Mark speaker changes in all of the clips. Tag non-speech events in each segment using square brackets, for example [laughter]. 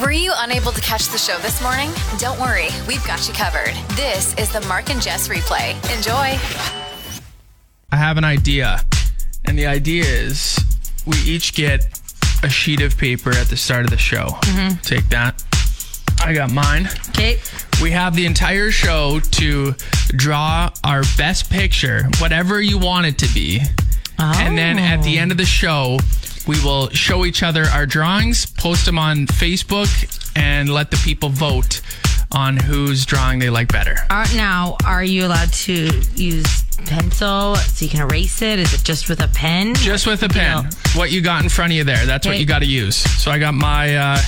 Speaker 1: Were you unable to catch the show this morning? Don't worry, we've got you covered. This is the Mark and Jess replay. Enjoy.
Speaker 2: I have an idea. And the idea is we each get a sheet of paper at the start of the show. Take that. I got mine.
Speaker 3: Okay.
Speaker 2: We have the entire show to draw our best picture, whatever you want it to be. And then at the end of the show, we will show each other our drawings, post them on Facebook, and let the people vote on whose drawing they like better.
Speaker 3: Are, now, are you allowed to use pencil so you can erase it? Is it just with a pen?
Speaker 2: Just with a pen. What you got in front of you there. That's what
Speaker 3: Okay.
Speaker 2: you got to use. So I got my uh,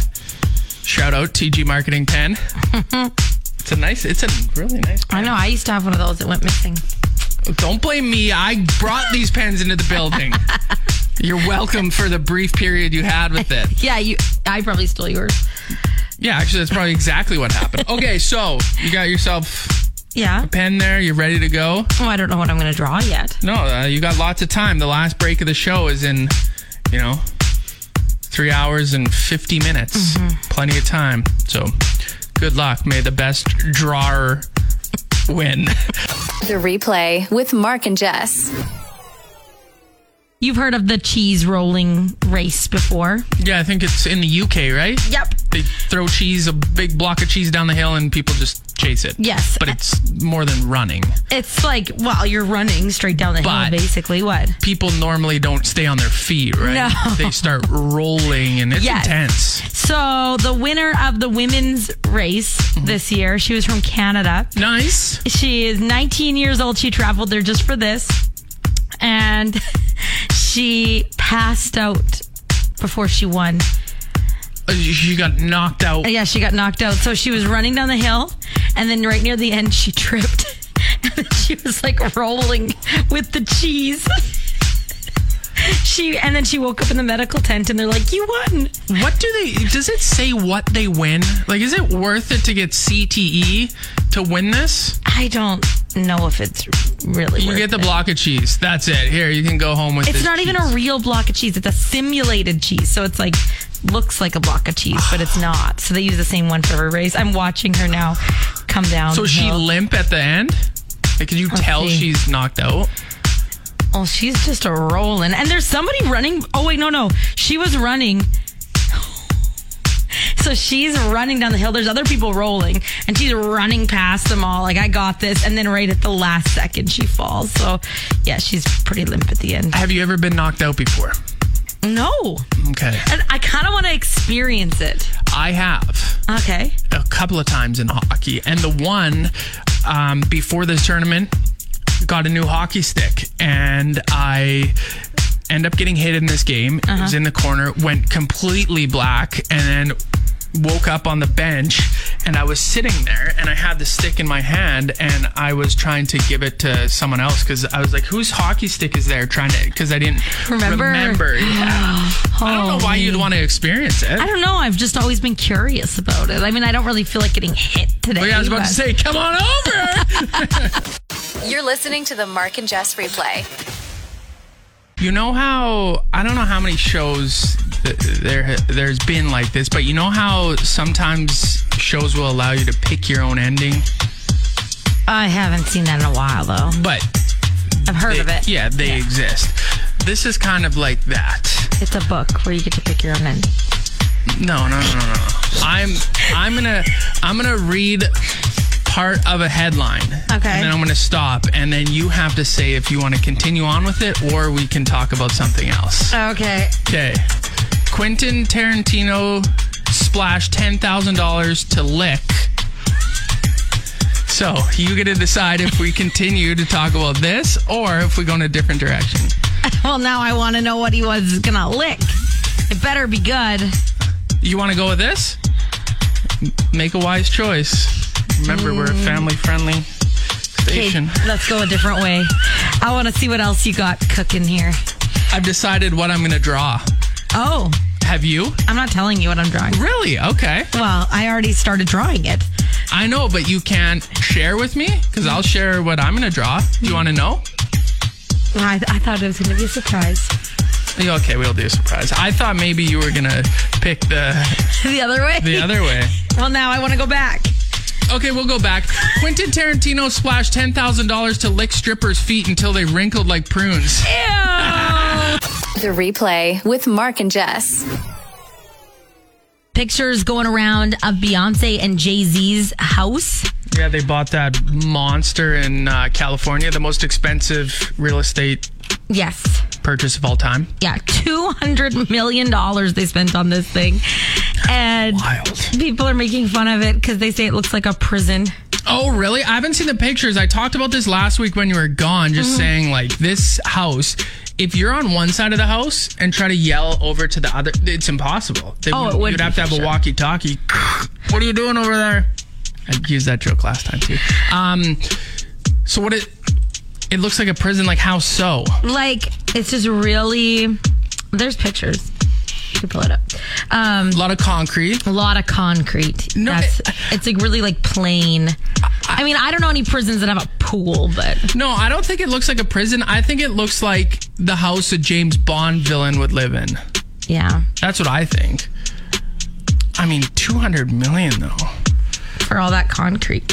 Speaker 2: shout out TG Marketing pen. it's a nice, it's a really nice
Speaker 3: I know. I used to have one of those that went missing.
Speaker 2: Don't blame me. I brought these pens into the building. You're welcome for the brief period you had with it.
Speaker 3: Yeah, you. I probably stole yours.
Speaker 2: Yeah, actually, that's probably exactly what happened. Okay, so you got yourself
Speaker 3: Yeah.
Speaker 2: a pen there. You're ready to go.
Speaker 3: Oh, I don't know what I'm going to draw yet.
Speaker 2: No, uh, you got lots of time. The last break of the show is in, you know, three hours and 50 minutes.
Speaker 3: Mm-hmm.
Speaker 2: Plenty of time. So good luck. May the best drawer win. [laughs]
Speaker 1: The replay with Mark and Jess.
Speaker 3: You've heard of the cheese rolling race before?
Speaker 2: yeah, I think it's in the UK, right?
Speaker 3: Yep.
Speaker 2: They throw cheese, a big block of cheese down the hill, and people just chase it.
Speaker 3: Yes.
Speaker 2: But it's more than running.
Speaker 3: It's like, well, you're running straight down the
Speaker 2: But-
Speaker 3: hill, basically. What?
Speaker 2: People normally don't stay on their feet, right?
Speaker 3: No.
Speaker 2: They start rolling, and it's
Speaker 3: Yes.
Speaker 2: intense.
Speaker 3: So the winner of the women's race
Speaker 2: Mm-hmm.
Speaker 3: this year, she was from Canada.
Speaker 2: Nice.
Speaker 3: She is 19 years old. She traveled there just for this. And [laughs] she passed out before she won.
Speaker 2: Uh, You got knocked out.
Speaker 3: Yeah, she got knocked out. So she was running down the hill. And then right near the end, she tripped. [laughs] And then she was like rolling with the cheese. [laughs] She and then she woke up in the medical tent and they're like, You won.
Speaker 2: What do they? Does it say what they win? Like, is it worth it to get CTE to win this?
Speaker 3: I don't know if it's really
Speaker 2: You
Speaker 3: worth
Speaker 2: get the
Speaker 3: it.
Speaker 2: block of cheese. That's it. Here, you can go home with.
Speaker 3: It's
Speaker 2: this
Speaker 3: not even a
Speaker 2: cheese.
Speaker 3: real block of cheese. It's a simulated cheese. So it's like looks like a block of cheese, but it's not. So they use the same one for her race. I'm watching her now come down.
Speaker 2: so she
Speaker 3: hill.
Speaker 2: limp at the end. Like, can you tell
Speaker 3: see.
Speaker 2: she's knocked out?
Speaker 3: Oh, she's just a rolling. And there's somebody running. Oh wait, no, no. She was running. [laughs] So she's running down the hill. There's other people rolling, and she's running past them all. Like I got this, and then right at the last second, she falls. So, yeah, she's pretty limp at the end.
Speaker 2: Have you ever been knocked out before?
Speaker 3: No,
Speaker 2: Okay,
Speaker 3: and I kind of want to experience it.
Speaker 2: I have.
Speaker 3: Okay.
Speaker 2: a couple of times in hockey, and the one um, before this tournament got a new hockey stick, and I end up getting hit in this game. It
Speaker 3: Uh-huh.
Speaker 2: was in the corner, went completely black, and then woke up on the bench and I was sitting there and I had the stick in my hand and I was trying to give it to someone else cuz I was like whose hockey stick is there trying to cuz I didn't
Speaker 3: Remember? Oh,
Speaker 2: remember. Yeah. I don't know why you'd want to experience it.
Speaker 3: I don't know. I've just always been curious about it. I mean, I don't really feel like getting hit today.
Speaker 2: But yeah, I was about to
Speaker 3: but-
Speaker 2: say come on
Speaker 3: [laughs]
Speaker 2: over.
Speaker 1: You're listening to the Mark and Jess replay.
Speaker 2: You know how I don't know how many shows th- there there's been like this, but you know how sometimes shows will allow you to pick your own ending,
Speaker 3: I haven't seen that in a while, though.
Speaker 2: but
Speaker 3: I've heard
Speaker 2: they-
Speaker 3: of it.
Speaker 2: yeah, they exist. This is kind of like that.
Speaker 3: It's a book where you get to pick your own end.
Speaker 2: No, no, no, no, no. I'm I'm gonna I'm gonna read part of a headline.
Speaker 3: Okay.
Speaker 2: And then I'm gonna stop, and then you have to say if you want to continue on with it or we can talk about something else.
Speaker 3: Okay. [laughs]
Speaker 2: Okay. Quentin Tarantino splashed ten thousand dollars to lick. So you get to decide if we continue to talk about this or if we go in a different direction.
Speaker 3: Well, now I want to know what he was gonna lick. It better be good.
Speaker 2: You want to go with this? M- Make a wise choice. Remember, we're a family friendly
Speaker 3: Okay,
Speaker 2: station.
Speaker 3: let's go a different way. I want to see what else you got cooking here.
Speaker 2: I've decided what I'm going to draw.
Speaker 3: Oh,
Speaker 2: Have you?
Speaker 3: I'm not telling you what I'm drawing.
Speaker 2: Really? Okay.
Speaker 3: Well, I already started drawing it.
Speaker 2: I know, but you can't share with me because I'll share what I'm going to draw. Do you want to know?
Speaker 3: I, I thought it was going to be a surprise. [laughs]
Speaker 2: Yeah, Okay, we'll do a surprise. I thought maybe you were going to pick the
Speaker 3: the other way?
Speaker 2: the other way.
Speaker 3: Well, now I want to go back.
Speaker 2: Okay, we'll go back. Quentin Tarantino splashed $10,000 to lick strippers' feet until they wrinkled like prunes.
Speaker 1: The replay with Mark and Jess.
Speaker 3: Pictures going around of Beyonce and Jay Z's house.
Speaker 2: Yeah, they bought that monster in uh, California, the most expensive real estate
Speaker 3: Yes.
Speaker 2: purchase of all time.
Speaker 3: Yeah, $200 million they spent on this thing. And
Speaker 2: Wild.
Speaker 3: people are making fun of it because they say it looks like a prison.
Speaker 2: Oh, really? I haven't seen the pictures. I talked about this last week when you were gone, just
Speaker 3: Mm-hmm.
Speaker 2: saying, like, this house, if you're on one side of the house and try to yell over to the other, it's impossible. They
Speaker 3: Oh, it would
Speaker 2: You'd
Speaker 3: be
Speaker 2: have to
Speaker 3: for
Speaker 2: have
Speaker 3: sure.
Speaker 2: a walkie talkie. [sniffs] what are you doing over there? I used that joke last time, too. Um, so, what it. It looks like a prison, like how so?
Speaker 3: Like, it's just really. There's pictures. You can pull it up. Um,
Speaker 2: A lot of concrete.
Speaker 3: a lot of concrete.
Speaker 2: No,
Speaker 3: That's,
Speaker 2: it-
Speaker 3: it's like really like plain. I mean, I don't know any prisons that have a pool, but
Speaker 2: No, I don't think it looks like a prison. I think it looks like the house a James Bond villain would live in.
Speaker 3: yeah,
Speaker 2: That's what I think. I mean, 200 million though.
Speaker 3: for all that concrete.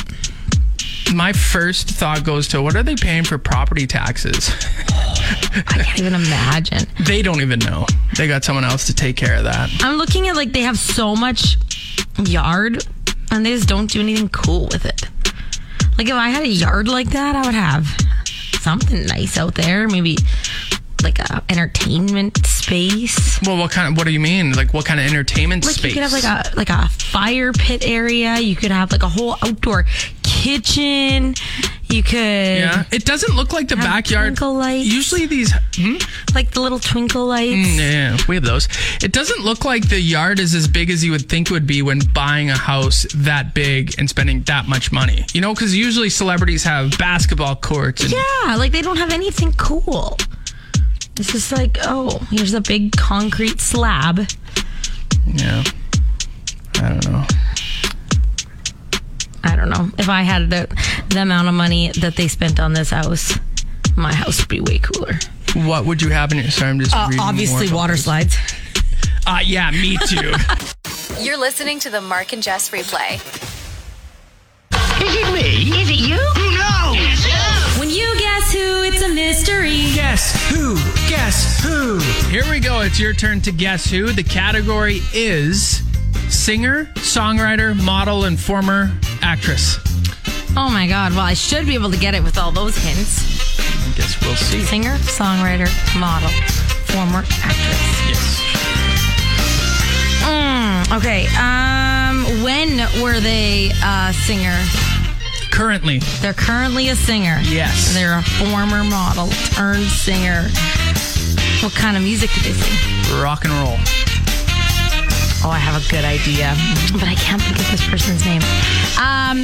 Speaker 2: My first thought goes to what are they paying for property taxes? [laughs]
Speaker 3: I can't even imagine.
Speaker 2: they don't even know. They got someone else to take care of that.
Speaker 3: I'm looking at like they have so much yard and they just don't do anything cool with it. Like if I had a yard like that, I would have something nice out there, maybe like a entertainment space.
Speaker 2: Well, what kind of what do you mean? Like what kind of entertainment
Speaker 3: Like
Speaker 2: space?
Speaker 3: you could have like a like a fire pit area, you could have like a whole outdoor kitchen. You could
Speaker 2: yeah, it doesn't look like the
Speaker 3: Have
Speaker 2: backyard.
Speaker 3: twinkle lights.
Speaker 2: Usually these, hmm?
Speaker 3: like the little twinkle lights.
Speaker 2: yeah, we have those. It doesn't look like the yard is as big as you would think it would be when buying a house that big and spending that much money. You know, because usually celebrities have basketball courts and
Speaker 3: Yeah, like they don't have anything cool. It's just like, oh, here's a big concrete slab.
Speaker 2: Yeah. I don't know.
Speaker 3: I don't know. If I had the, the amount of money that they spent on this house, my house would be way cooler.
Speaker 2: What would you have in your sorry, I'm
Speaker 3: Uh,
Speaker 2: just reading more.
Speaker 3: slides.
Speaker 2: Uh, yeah,
Speaker 3: [laughs]
Speaker 2: me too.
Speaker 1: You're listening to the Mark and Jess replay.
Speaker 4: Is it me? Is it you? Who knows?
Speaker 3: When you guess who, it's a mystery.
Speaker 2: guess who? Guess who? Here we go. It's your turn to guess who. The category is singer, songwriter, model, and former actress.
Speaker 3: Oh my god, well, I should be able to get it with all those hints.
Speaker 2: I guess we'll see.
Speaker 3: Singer, songwriter, model, former actress.
Speaker 2: Yes.
Speaker 3: Mm, okay, um, when were they a singer?
Speaker 2: Currently,
Speaker 3: They're currently a singer.
Speaker 2: yes.
Speaker 3: They're a former model turned singer. What kind of music did they sing?
Speaker 2: Rock and roll.
Speaker 3: Oh, I have a good idea, but I can't think of this person's name. Um,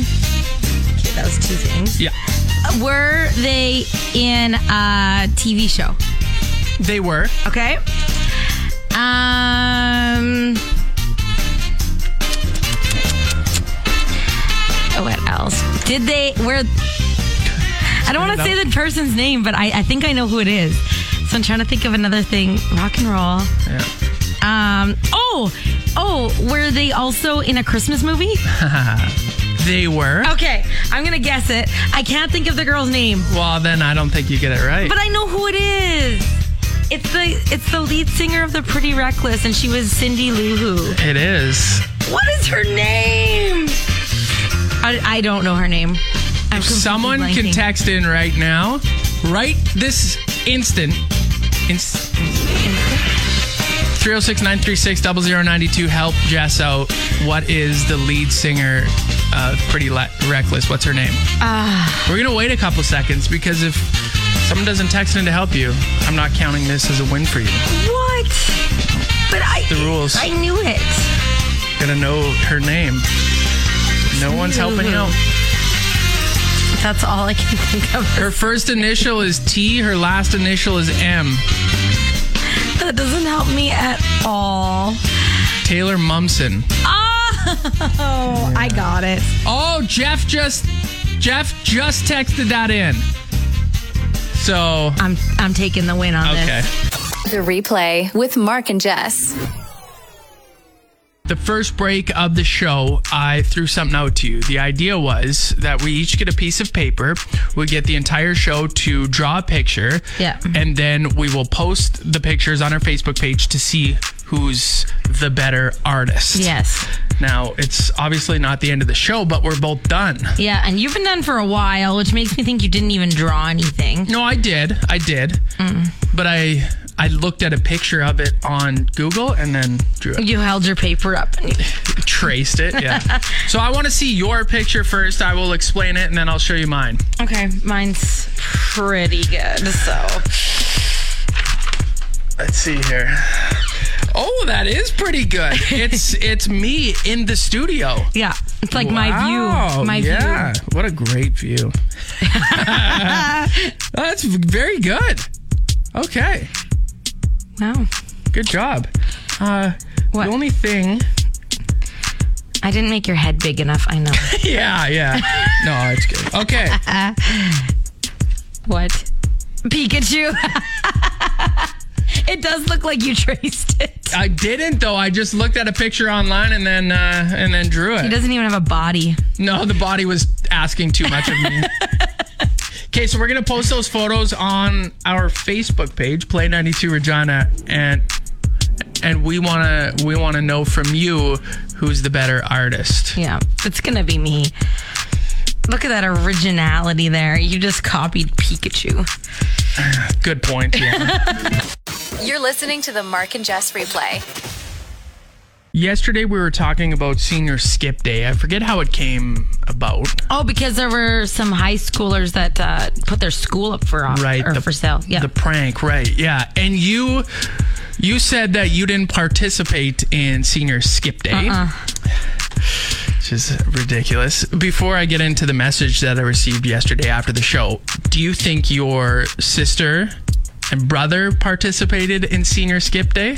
Speaker 3: okay, that was two things.
Speaker 2: Yeah.
Speaker 3: Were they in a TV show?
Speaker 2: They were.
Speaker 3: Okay. Um. oh, What else? Did they? Where? I don't want to
Speaker 2: it
Speaker 3: say the person's name, but I, I think I know who it is. So I'm trying to think of another thing. Rock and roll.
Speaker 2: Yeah.
Speaker 3: Um. Oh. Oh. Were they also in a Christmas movie?
Speaker 2: They were.
Speaker 3: Okay. I'm gonna guess it. I can't think of the girl's name,
Speaker 2: Well, then I don't think you get it right.
Speaker 3: but I know who it is. It's the it's the lead singer of the Pretty Reckless, and she was Cindy Lou Who.
Speaker 2: it is.
Speaker 3: What is her name? I, I don't know her name. I'm completely
Speaker 2: Someone can
Speaker 3: blanking.
Speaker 2: text in right now, right this instant. Inst- 306 936 0092. Help Jess out. What is the lead singer of Pretty Le- Reckless? What's her name?
Speaker 3: Ah.
Speaker 2: We're going to wait a couple seconds because if someone doesn't text in to help you, I'm not counting this as a win for you.
Speaker 3: What? But I
Speaker 2: The rules.
Speaker 3: I knew it.
Speaker 2: gonna know her name. No one's helping you out.
Speaker 3: That's all I can [laughs] think of.
Speaker 2: Her first initial is T. Her last initial is M.
Speaker 3: That doesn't help me at all.
Speaker 2: Taylor Mumsen.
Speaker 3: Oh, I got it.
Speaker 2: Oh, Jeff just Jeff just texted that in. So
Speaker 3: I'm I'm taking the win on
Speaker 2: okay.
Speaker 3: this.
Speaker 1: The replay with Mark and Jess.
Speaker 2: The first break of the show, I threw something out to you. The idea was that we each get a piece of paper. We get the entire show to draw a picture.
Speaker 3: Yeah.
Speaker 2: And then we will post the pictures on our Facebook page to see who's the better artist.
Speaker 3: Yes.
Speaker 2: Now, it's obviously not the end of the show, but we're both done.
Speaker 3: Yeah, and you've been done for a while, which makes me think you didn't even draw anything.
Speaker 2: No, I did. I did.
Speaker 3: Mm.
Speaker 2: But I I looked at a picture of it on Google and then drew
Speaker 3: [laughs]
Speaker 2: it.
Speaker 3: You held your paper up. And you,
Speaker 2: Traced it. Yeah.
Speaker 3: [laughs]
Speaker 2: so I want to see your picture first. I will explain it and then I'll show you mine.
Speaker 3: okay, mine's pretty good. So
Speaker 2: Let's see here. Oh, that is pretty
Speaker 3: [laughs]
Speaker 2: good. It's it's me in the studio.
Speaker 3: yeah, it's like my
Speaker 2: Wow,
Speaker 3: view. My
Speaker 2: yeah.
Speaker 3: view.
Speaker 2: What a great
Speaker 3: [laughs]
Speaker 2: view. [laughs] That's very good. Okay.
Speaker 3: Wow.
Speaker 2: Good job. Uh,
Speaker 3: What?
Speaker 2: The only thing
Speaker 3: I didn't make your head big enough. I know.
Speaker 2: Yeah, yeah. No, it's good. Okay.
Speaker 3: [laughs] what? Pikachu. [laughs] it does look like you traced it.
Speaker 2: I didn't though. I just looked at a picture online and then uh, and then drew
Speaker 3: It
Speaker 2: it.
Speaker 3: doesn't even have a body.
Speaker 2: No, the body was asking too much of me. Okay, so we're gonna post those photos on our Facebook page, Play ninety two Regina, and and we wanna we wanna know from you who's the better artist.
Speaker 3: Yeah, it's gonna be me. Look at that originality there. You just copied Pikachu.
Speaker 2: Good point. yeah.
Speaker 1: You're listening to the Mark and Jess replay.
Speaker 2: Yesterday we were talking about Senior Skip Day. I forget how it came about.
Speaker 3: Oh, because there were some high schoolers that uh, put their school up for off,
Speaker 2: right
Speaker 3: or for sale. Yeah,
Speaker 2: the prank right yeah and you you said that you didn't participate in senior skip day
Speaker 3: Uh-uh.
Speaker 2: which is ridiculous before i get into the message that i received yesterday after the show do you think your sister and brother participated in senior skip day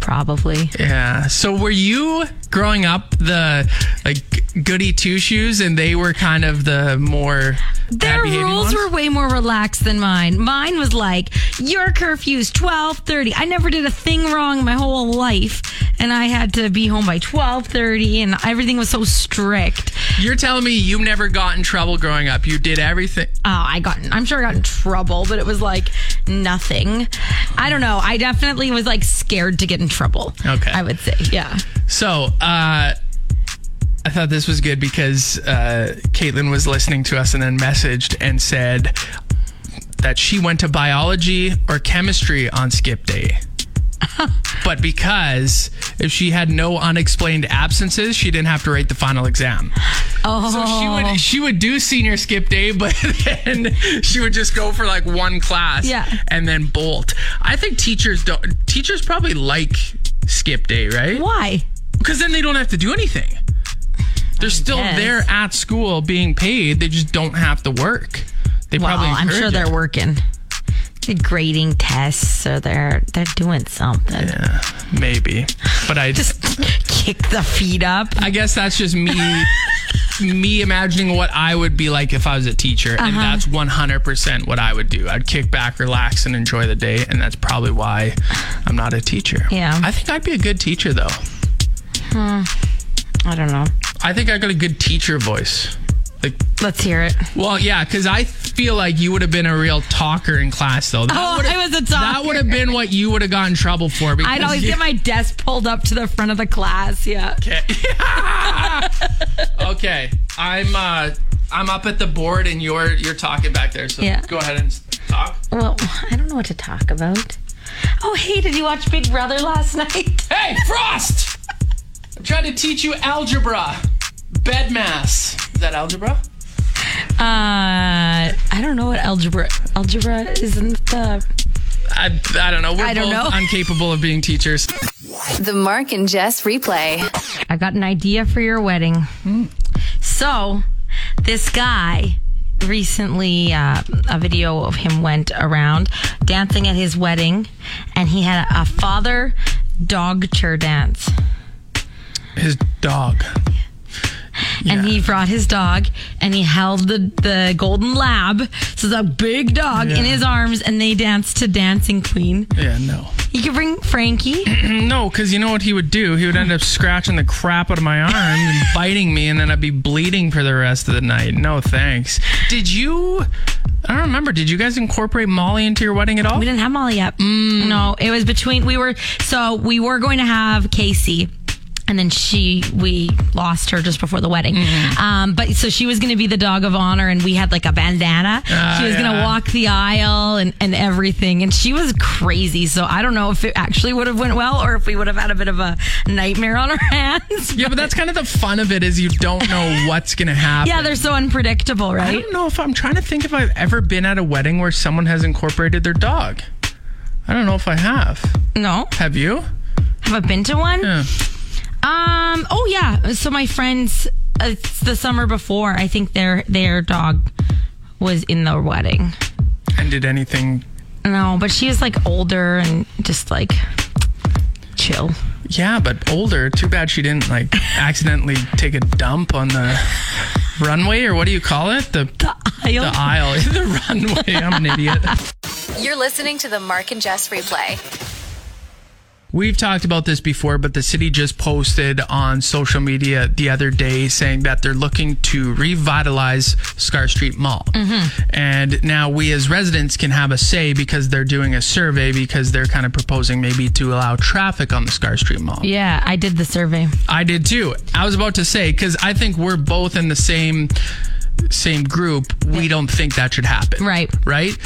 Speaker 3: probably.
Speaker 2: yeah so were you growing up the like goody two shoes and they were kind of the more
Speaker 3: Their
Speaker 2: bad-behaving
Speaker 3: rules
Speaker 2: ones?
Speaker 3: were way more relaxed than mine. Mine was like your curfew's twelve thirty. I never did a thing wrong my whole life, and I had to be home by twelve thirty, and everything was so strict.
Speaker 2: You're telling me you never got in trouble growing up. You did everything.
Speaker 3: Oh, I got, I'm sure I got in trouble, but it was like nothing. I don't know. I definitely was like scared to get in trouble.
Speaker 2: Okay.
Speaker 3: I would say, yeah.
Speaker 2: So, uh, I thought this was good because uh, Caitlin was listening to us and then messaged and said that she went to biology or chemistry on skip day. but because if she had no unexplained absences, she didn't have to write the final exam.
Speaker 3: Oh,
Speaker 2: So she would she would do senior skip day, [laughs] but then she would just go for like one class,
Speaker 3: Yeah.
Speaker 2: and then bolt. I think teachers don't. Teachers probably like skip day, right?
Speaker 3: why?
Speaker 2: Because then they don't have to do anything. They're still
Speaker 3: guess.
Speaker 2: there at school being paid. They just don't have to work. They
Speaker 3: Well,
Speaker 2: probably.
Speaker 3: I'm sure
Speaker 2: encourage
Speaker 3: they're
Speaker 2: it.
Speaker 3: working. They're grading tests or they're they're doing something.
Speaker 2: Yeah, maybe, but
Speaker 3: [laughs]
Speaker 2: I
Speaker 3: Just kick the feet up.
Speaker 2: I guess that's just me.
Speaker 3: [laughs]
Speaker 2: Me imagining what I would be like if I was a teacher, and
Speaker 3: Uh-huh.
Speaker 2: that's 100% what I would do. I'd kick back, relax, and enjoy the day, and that's probably why I'm not a teacher.
Speaker 3: Yeah.
Speaker 2: I think I'd be a good teacher, though.
Speaker 3: I don't know.
Speaker 2: I think I got a good teacher voice. Like,
Speaker 3: Let's hear it.
Speaker 2: well, yeah, because I feel like you would have been a real talker in class, though. That
Speaker 3: Oh,
Speaker 2: would've-
Speaker 3: I was a
Speaker 2: That
Speaker 3: talker.
Speaker 2: would have been what you would have gotten in trouble for. Because
Speaker 3: I'd always
Speaker 2: you-
Speaker 3: get my desk pulled up to the front of the class. Yeah.
Speaker 2: [laughs] Okay, I'm uh, I'm up at the board, and you're you're talking back there. So
Speaker 3: Yeah.
Speaker 2: go ahead and s- talk.
Speaker 3: Well, I don't know what to talk about. Oh, hey, did you watch Big Brother last [laughs] night?
Speaker 2: Hey, Frost! I'm trying to teach you algebra. Bed mass. Is that algebra?
Speaker 3: Uh, I don't know what algebra algebra isn't the
Speaker 2: I, I don't know. We're
Speaker 3: I don't
Speaker 2: both
Speaker 3: know.
Speaker 2: incapable of being teachers.
Speaker 1: The Mark and Jess replay.
Speaker 3: I got an idea for your wedding. So, this guy recently, uh, a video of him went around dancing at his wedding, and he had a father dog chair dance.
Speaker 2: His dog.
Speaker 3: And he brought his dog and he held the, the golden lab, so the big dog, in
Speaker 2: Yeah.
Speaker 3: his arms, and they danced to Dancing Queen.
Speaker 2: Yeah, no.
Speaker 3: You could bring Frankie.
Speaker 2: No, because you know what he would do? He would end up scratching the crap out of my arm and [laughs] biting me, and then I'd be bleeding for the rest of the night. No thanks. Did you? I don't remember. Did you guys incorporate Molly into your wedding at all?
Speaker 3: We didn't have Molly yet.
Speaker 2: Mm.
Speaker 3: No, it was between we were so we were going to have Casey. And then she, we lost her just before the wedding.
Speaker 2: Mm-hmm.
Speaker 3: Um, but so she was going to be the dog of honor, and we had like a bandana.
Speaker 2: Ah,
Speaker 3: she was going to
Speaker 2: yeah.
Speaker 3: walk the aisle and, and everything. And she was crazy. So I don't know if it actually would have went well, or if we would have had a bit of a nightmare on our [laughs] hands.
Speaker 2: Yeah, but that's kind of the fun of it is you don't
Speaker 3: [laughs]
Speaker 2: know what's gonna happen.
Speaker 3: yeah, they're so unpredictable,
Speaker 2: I
Speaker 3: right?
Speaker 2: don't know if I'm trying to think if I've ever been at a wedding where someone has incorporated their dog. I don't know if I have.
Speaker 3: No,
Speaker 2: Have you?
Speaker 3: have I been to one?
Speaker 2: Yeah.
Speaker 3: Um. Oh yeah. So my friends, uh, it's the summer before. I think their their dog was in the wedding.
Speaker 2: And did anything?
Speaker 3: No, but she was like older and just like chill.
Speaker 2: Yeah, but older. Too bad she didn't like accidentally take a dump on the runway or what do you call it? The the
Speaker 3: aisle.
Speaker 2: aisle, [laughs] the runway. I'm an idiot.
Speaker 1: You're listening to the Mark and Jess replay.
Speaker 2: We've talked about this before, but the city just posted on social media the other day saying that they're looking to revitalize Scar Street Mall. And now we as residents can have a say because they're doing a survey because they're kind of proposing maybe to allow traffic on the Scar Street Mall.
Speaker 3: Yeah, I did the survey.
Speaker 2: I did too. I was about to say because I think we're both in the same same group. We don't think that should happen.
Speaker 3: Right.
Speaker 2: Right.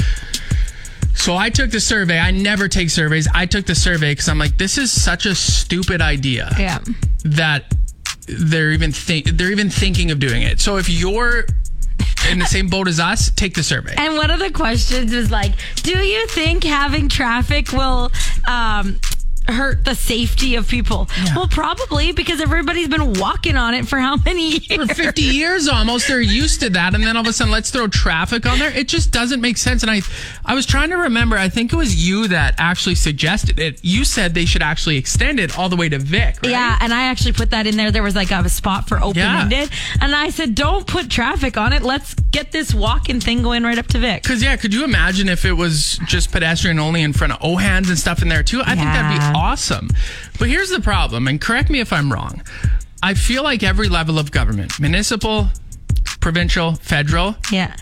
Speaker 2: So I took the survey. I never take surveys. I took the survey because I'm like, this is such a stupid idea
Speaker 3: Yeah.
Speaker 2: that they're even think they're even thinking of doing it. So if you're in the same boat as us, take the survey.
Speaker 3: And one of the questions was like, "Do you think having traffic will um, hurt the safety of people?" Well, probably because everybody's been walking on it for how many years?
Speaker 2: for 50 years almost they're used to that and then all of a sudden let's throw traffic on there it just doesn't make sense and i i was trying to remember i think it was you that actually suggested it you said they should actually extend it all the way to vic right?
Speaker 3: Yeah, and I actually put that in there. There was like a spot for open ended, and I said, "Don't put traffic on it. Let's get this walking thing going right up to Vic."
Speaker 2: Cause yeah, could you imagine if it was just pedestrian only in front of Ohans and stuff in there too? I think that'd
Speaker 3: Yeah.
Speaker 2: be awesome. But here's the problem, and correct me if I'm wrong. I feel like every level of government, municipal, provincial, federal,
Speaker 3: Yeah,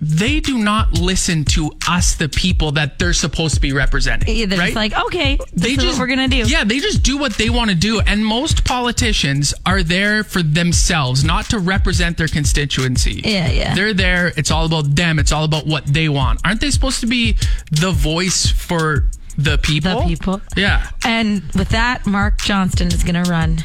Speaker 2: they do not listen to us, the people that they're supposed to be representing.
Speaker 3: Yeah, they're
Speaker 2: right?
Speaker 3: just like, "Okay, this is what we're gonna do."
Speaker 2: Yeah, they just do what they want to do, and most politicians are there for themselves, not to represent their constituency.
Speaker 3: Yeah, yeah.
Speaker 2: They're there. It's all about them. It's all about what they want. Aren't they supposed to be the voice for the people?
Speaker 3: The people.
Speaker 2: Yeah.
Speaker 3: And with that, Mark Johnston is gonna run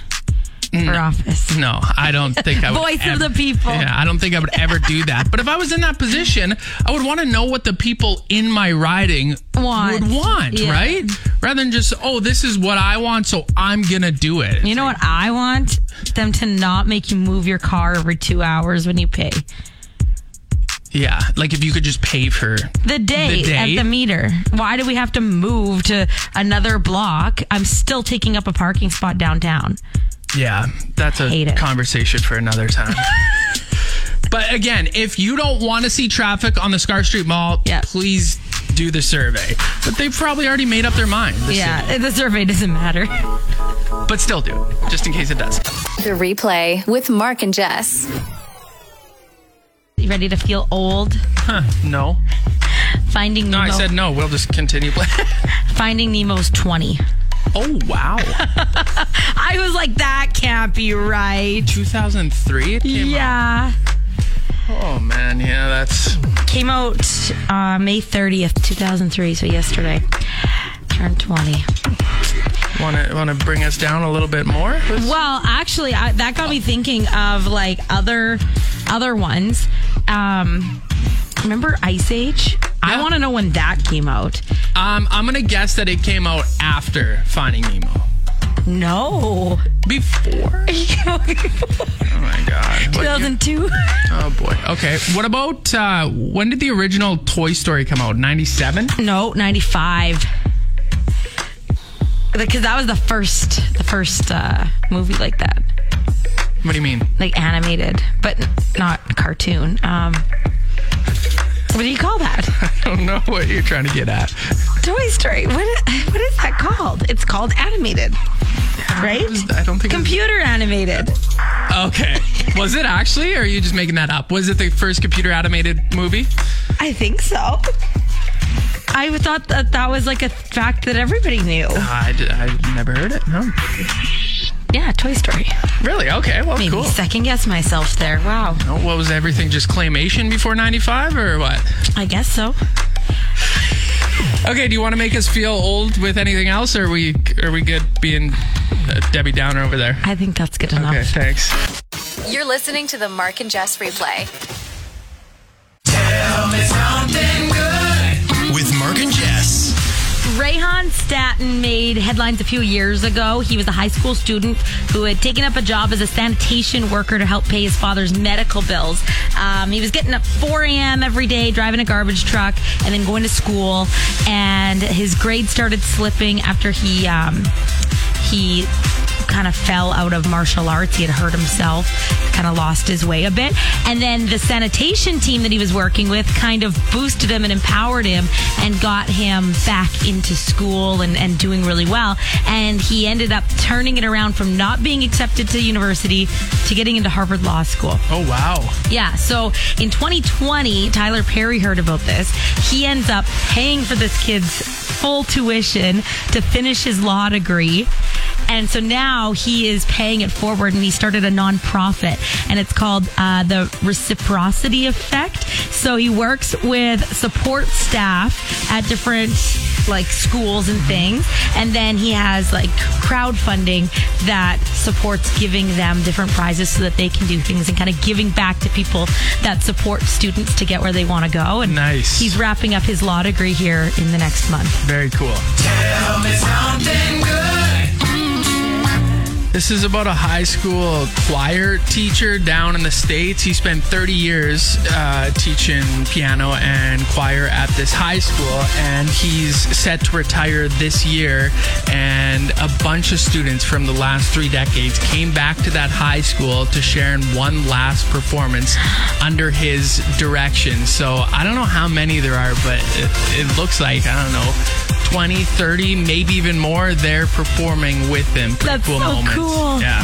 Speaker 2: Mm-hmm.
Speaker 3: for office.
Speaker 2: No, I don't think I would.
Speaker 3: Voice of
Speaker 2: ever-
Speaker 3: the people.
Speaker 2: Yeah, I don't think I would ever do that. But if I was in that position, I would want to know what the people in my riding
Speaker 3: Want.
Speaker 2: would want,
Speaker 3: Yeah.
Speaker 2: right? Rather than just, oh, this is what I want, so I'm gonna do it.
Speaker 3: You know what I want? Them to not make you move your car every two hours when you pay.
Speaker 2: Yeah, like if you could just pay for.
Speaker 3: The day,
Speaker 2: The day?
Speaker 3: at the meter. Why do we have to move to another block? I'm still taking up a parking spot downtown.
Speaker 2: Yeah, that's
Speaker 3: Hate
Speaker 2: a
Speaker 3: it.
Speaker 2: conversation for another
Speaker 3: [laughs]
Speaker 2: time. but again, if you don't want to see traffic on the Scar Street Mall,
Speaker 3: Yeah.
Speaker 2: please do the survey. But they probably already made up their mind. the city.
Speaker 3: Yeah, the survey doesn't matter. [laughs]
Speaker 2: But still do it, just in case it does.
Speaker 1: The replay with Mark and Jess.
Speaker 3: You ready to feel old?
Speaker 2: No.
Speaker 3: Finding
Speaker 2: No,
Speaker 3: Nemo.
Speaker 2: I said no. We'll just continue playing. [laughs]
Speaker 3: Finding Nemo's 20.
Speaker 2: oh wow,
Speaker 3: I was like, that can't be right.
Speaker 2: 2003. It came out.
Speaker 3: Yeah.
Speaker 2: Oh man, yeah, that's
Speaker 3: Came out uh, May 30th, 2003, so yesterday. Turned 20.
Speaker 2: want to want to bring us down a little bit more.
Speaker 3: Well, actually, I, that got me thinking of like other other ones. Um, remember Ice Age? I
Speaker 2: Yeah.
Speaker 3: want to know when that came out.
Speaker 2: Um, I'm gonna guess that it came out after Finding Nemo.
Speaker 3: No. [laughs]
Speaker 2: Before? Oh my god. What year? [laughs]
Speaker 3: 2002.
Speaker 2: Oh boy. Okay. What about uh, when did the original Toy Story come out? 97?
Speaker 3: No, 95. Because that was the first, the first uh, movie like that,
Speaker 2: What do you mean? [laughs]
Speaker 3: like animated, but n- not a cartoon. Um, what do you call that? [laughs]
Speaker 2: I don't know what you're trying to get at.
Speaker 3: Toy Story. What is, what is that called? It's called animated, right?
Speaker 2: I don't think it was-
Speaker 3: computer animated.
Speaker 2: Okay. Was it actually, or are you just making that up? Was it the first computer animated movie?
Speaker 3: I think so. I thought that that was like a fact that everybody knew.
Speaker 2: I, d- I never heard it. No.
Speaker 3: Yeah, Toy Story.
Speaker 2: Really? Okay. Well,
Speaker 3: Maybe
Speaker 2: cool.
Speaker 3: second guess myself there. Wow.
Speaker 2: Oh, What was everything? Just claymation before 95 or what?
Speaker 3: I guess so.
Speaker 2: Okay, do you want to make us feel old with anything else or are we are we good being uh, Debbie Downer over there?
Speaker 3: I think that's good enough.
Speaker 2: Okay, thanks.
Speaker 1: You're listening to the Mark and Jess replay.
Speaker 5: With Mark and Jess.
Speaker 3: Rayhan Staton made headlines a few years ago. He was a high school student who had taken up a job as a sanitation worker to help pay his father's medical bills. Um, he was getting up 4 a.m. every day, driving a garbage truck, and then going to school. And his grades started slipping after he um, he kind of fell out of martial arts. He had hurt himself, kind of lost his way a bit. And then the sanitation team that he was working with kind of boosted him and empowered him and got him back into school and, and doing really well. And he ended up turning it around from not being accepted to university to getting into Harvard Law School.
Speaker 2: Oh, wow.
Speaker 3: Yeah. So in 2020, Tyler Perry heard about this. He ends up paying for this kid's full tuition to finish his law degree. And so now he is paying it forward and he started a nonprofit and it's called uh, the Reciprocity Effect. So he works with support staff at different like schools and things. And then he has like crowdfunding that supports giving them different prizes so that they can do things and kind of giving back to people that support students to get where they want to go. And
Speaker 2: Nice.
Speaker 3: he's wrapping up his law degree here in the next month.
Speaker 2: Very cool. This is about a high school choir teacher down in the States. He spent 30 years uh, teaching piano and choir at this high school, and he's set to retire this year. And a bunch of students from the last three decades came back to that high school to share in one last performance under his direction. So I don't know how many there are, but it, it looks like, I don't know, 20, 30, maybe even more, they're performing with him. Pretty
Speaker 3: That's
Speaker 2: cool
Speaker 3: so
Speaker 2: moments.
Speaker 3: cool.
Speaker 2: Yeah.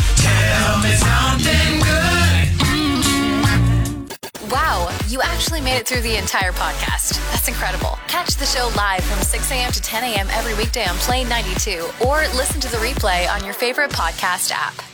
Speaker 1: Wow, you actually made it through the entire podcast. That's incredible. Catch the show live from 6 a.m. to 10 a.m. every weekday on Play 92 or listen to the replay on your favorite podcast app.